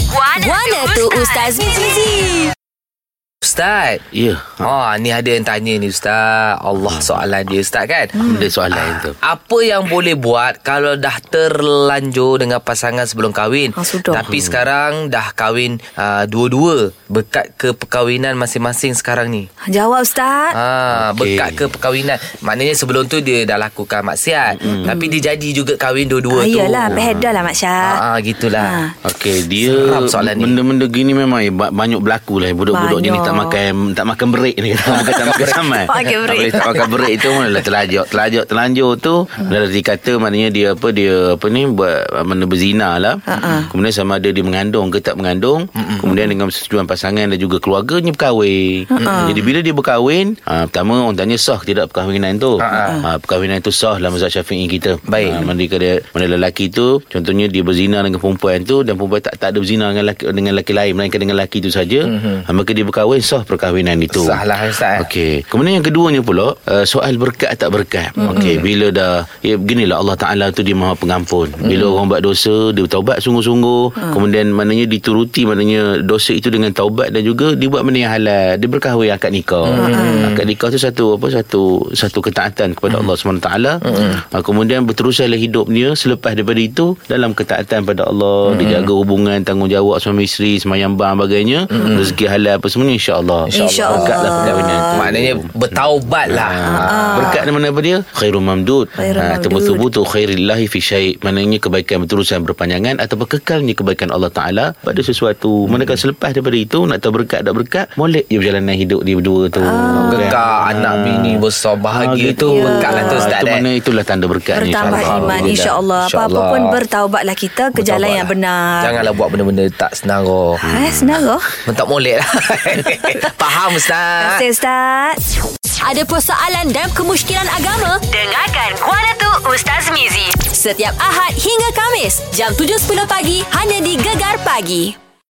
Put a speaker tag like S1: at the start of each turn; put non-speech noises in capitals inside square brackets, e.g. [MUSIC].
S1: Wana,
S2: Wana tu Ustaz Mizi.
S3: Ustaz
S4: Ya
S3: Ha, ni ada yang tanya ni Ustaz. Allah
S4: Hmm.
S3: soalan dia Ustaz kan?
S4: Benda soalan tu
S3: Apa yang boleh buat kalau dah terlanjur dengan pasangan sebelum kahwin?
S1: Ah,
S4: Ha,
S1: sudah.
S3: Tapi
S4: Hmm.
S3: sekarang dah kahwin uh, dua-dua. Berkat ke perkahwinan masing-masing sekarang ni.
S1: Jawab Ustaz.
S3: Ha, okay.
S4: Okey.
S3: berkat ke perkahwinan. Maknanya sebelum tu dia dah lakukan maksiat. Mm.
S4: Hmm.
S3: Tapi dia jadi juga kahwin
S1: Ah,
S3: dua-dua tu.
S1: Yelah, behedah lah Mak Syah.
S3: Ha, ha, gitulah.
S4: Okey dia
S3: Seram soalan ni.
S4: Benda-benda gini memang eh, ba- Banyak berlaku lah Budak-budak jenis tak
S1: Banyak.
S4: makan Tak makan break ni [LAUGHS] Tak makan, tak makan saman
S1: Tak makan
S4: Tak
S1: break.
S4: boleh tak makan break tu Mana lah telajak Telajak telanjur tu Dah dikata maknanya dia apa Dia apa ni Buat benda berzina lah Kemudian sama ada dia mengandung ke tak mengandung Kemudian dengan persetujuan pasangan Dan juga keluarganya berkahwin Jadi bila dia berkahwin ah, Pertama orang tanya sah ke tidak perkahwinan tu Ah, Perkahwinan tu sah dalam mazhab syafi'i kita
S3: Baik.
S4: Ah, mana dia kata mana lelaki tu contohnya dia berzina dengan perempuan tu dan perempuan tak tak ada berzina dengan lelaki dengan lelaki lain melainkan dengan lelaki tu saja mm-hmm. maka dia berkahwin sah perkahwinan itu
S3: Mhm. Sah lah, Ustaz.
S4: okey kemudian yang keduanya pula uh, soal berkat tak berkat mm-hmm. okey bila dah ya beginilah Allah Taala tu dia Maha Pengampun bila mm-hmm. orang buat dosa dia taubat sungguh-sungguh mm. kemudian maknanya dituruti maknanya dosa itu dengan taubat dan juga dia buat benda yang halal dia berkahwin akad nikah mm-hmm. akad nikah tu satu apa satu satu ketaatan kepada Allah SWT mm-hmm. kemudian berterusanlah hidupnya selepas daripada itu dalam ketaatan pada Allah mm-hmm. dia jaga hubungan tanggungjawab suami isteri semayang bang bagainya mm-hmm. rezeki halal apa semuanya insyaAllah
S1: InsyaAllah.
S4: berkatlah
S1: Ah.
S4: perkahwinan tu
S3: Maknanya bertaubat lah.
S4: Ah. Berkat nama apa dia? Khairul mamdud.
S1: Khairul
S4: Ah,
S1: mamdud.
S4: Tumutubutu khairillahi fi syai'. Maknanya kebaikan berterusan berpanjangan ataupun kekalnya kebaikan Allah Taala pada sesuatu.
S1: Hmm.
S4: Manakala selepas daripada itu nak tahu berkat tak berkat, molek je perjalanan hidup dia berdua tu. Ah.
S3: Berkat anak bini besar
S1: Ah,
S3: bahagia tu. Berkat lah tu Ustaz.
S4: Itu
S3: eh.
S4: Ah, mana itulah tanda berkatnya
S1: Bertambah
S4: insyaAllah.
S1: iman
S3: Alhamdulillah.
S1: InsyaAllah Apa-apa
S3: InsyaAllah.
S1: pun bertaubatlah kita Ke jalan yang benar
S3: Janganlah buat benda-benda tak senara.
S1: Eh senara
S3: Mentak molek
S1: [LAUGHS]
S3: lah. Faham
S1: Terima
S3: Ustaz.
S1: kasih Ustaz
S2: Ada persoalan dan kemusykilan agama?
S5: Dengarkan Guana tu Ustaz Mizi.
S2: Setiap Ahad hingga Kamis, jam 7.10 pagi, hanya di Gegar Pagi.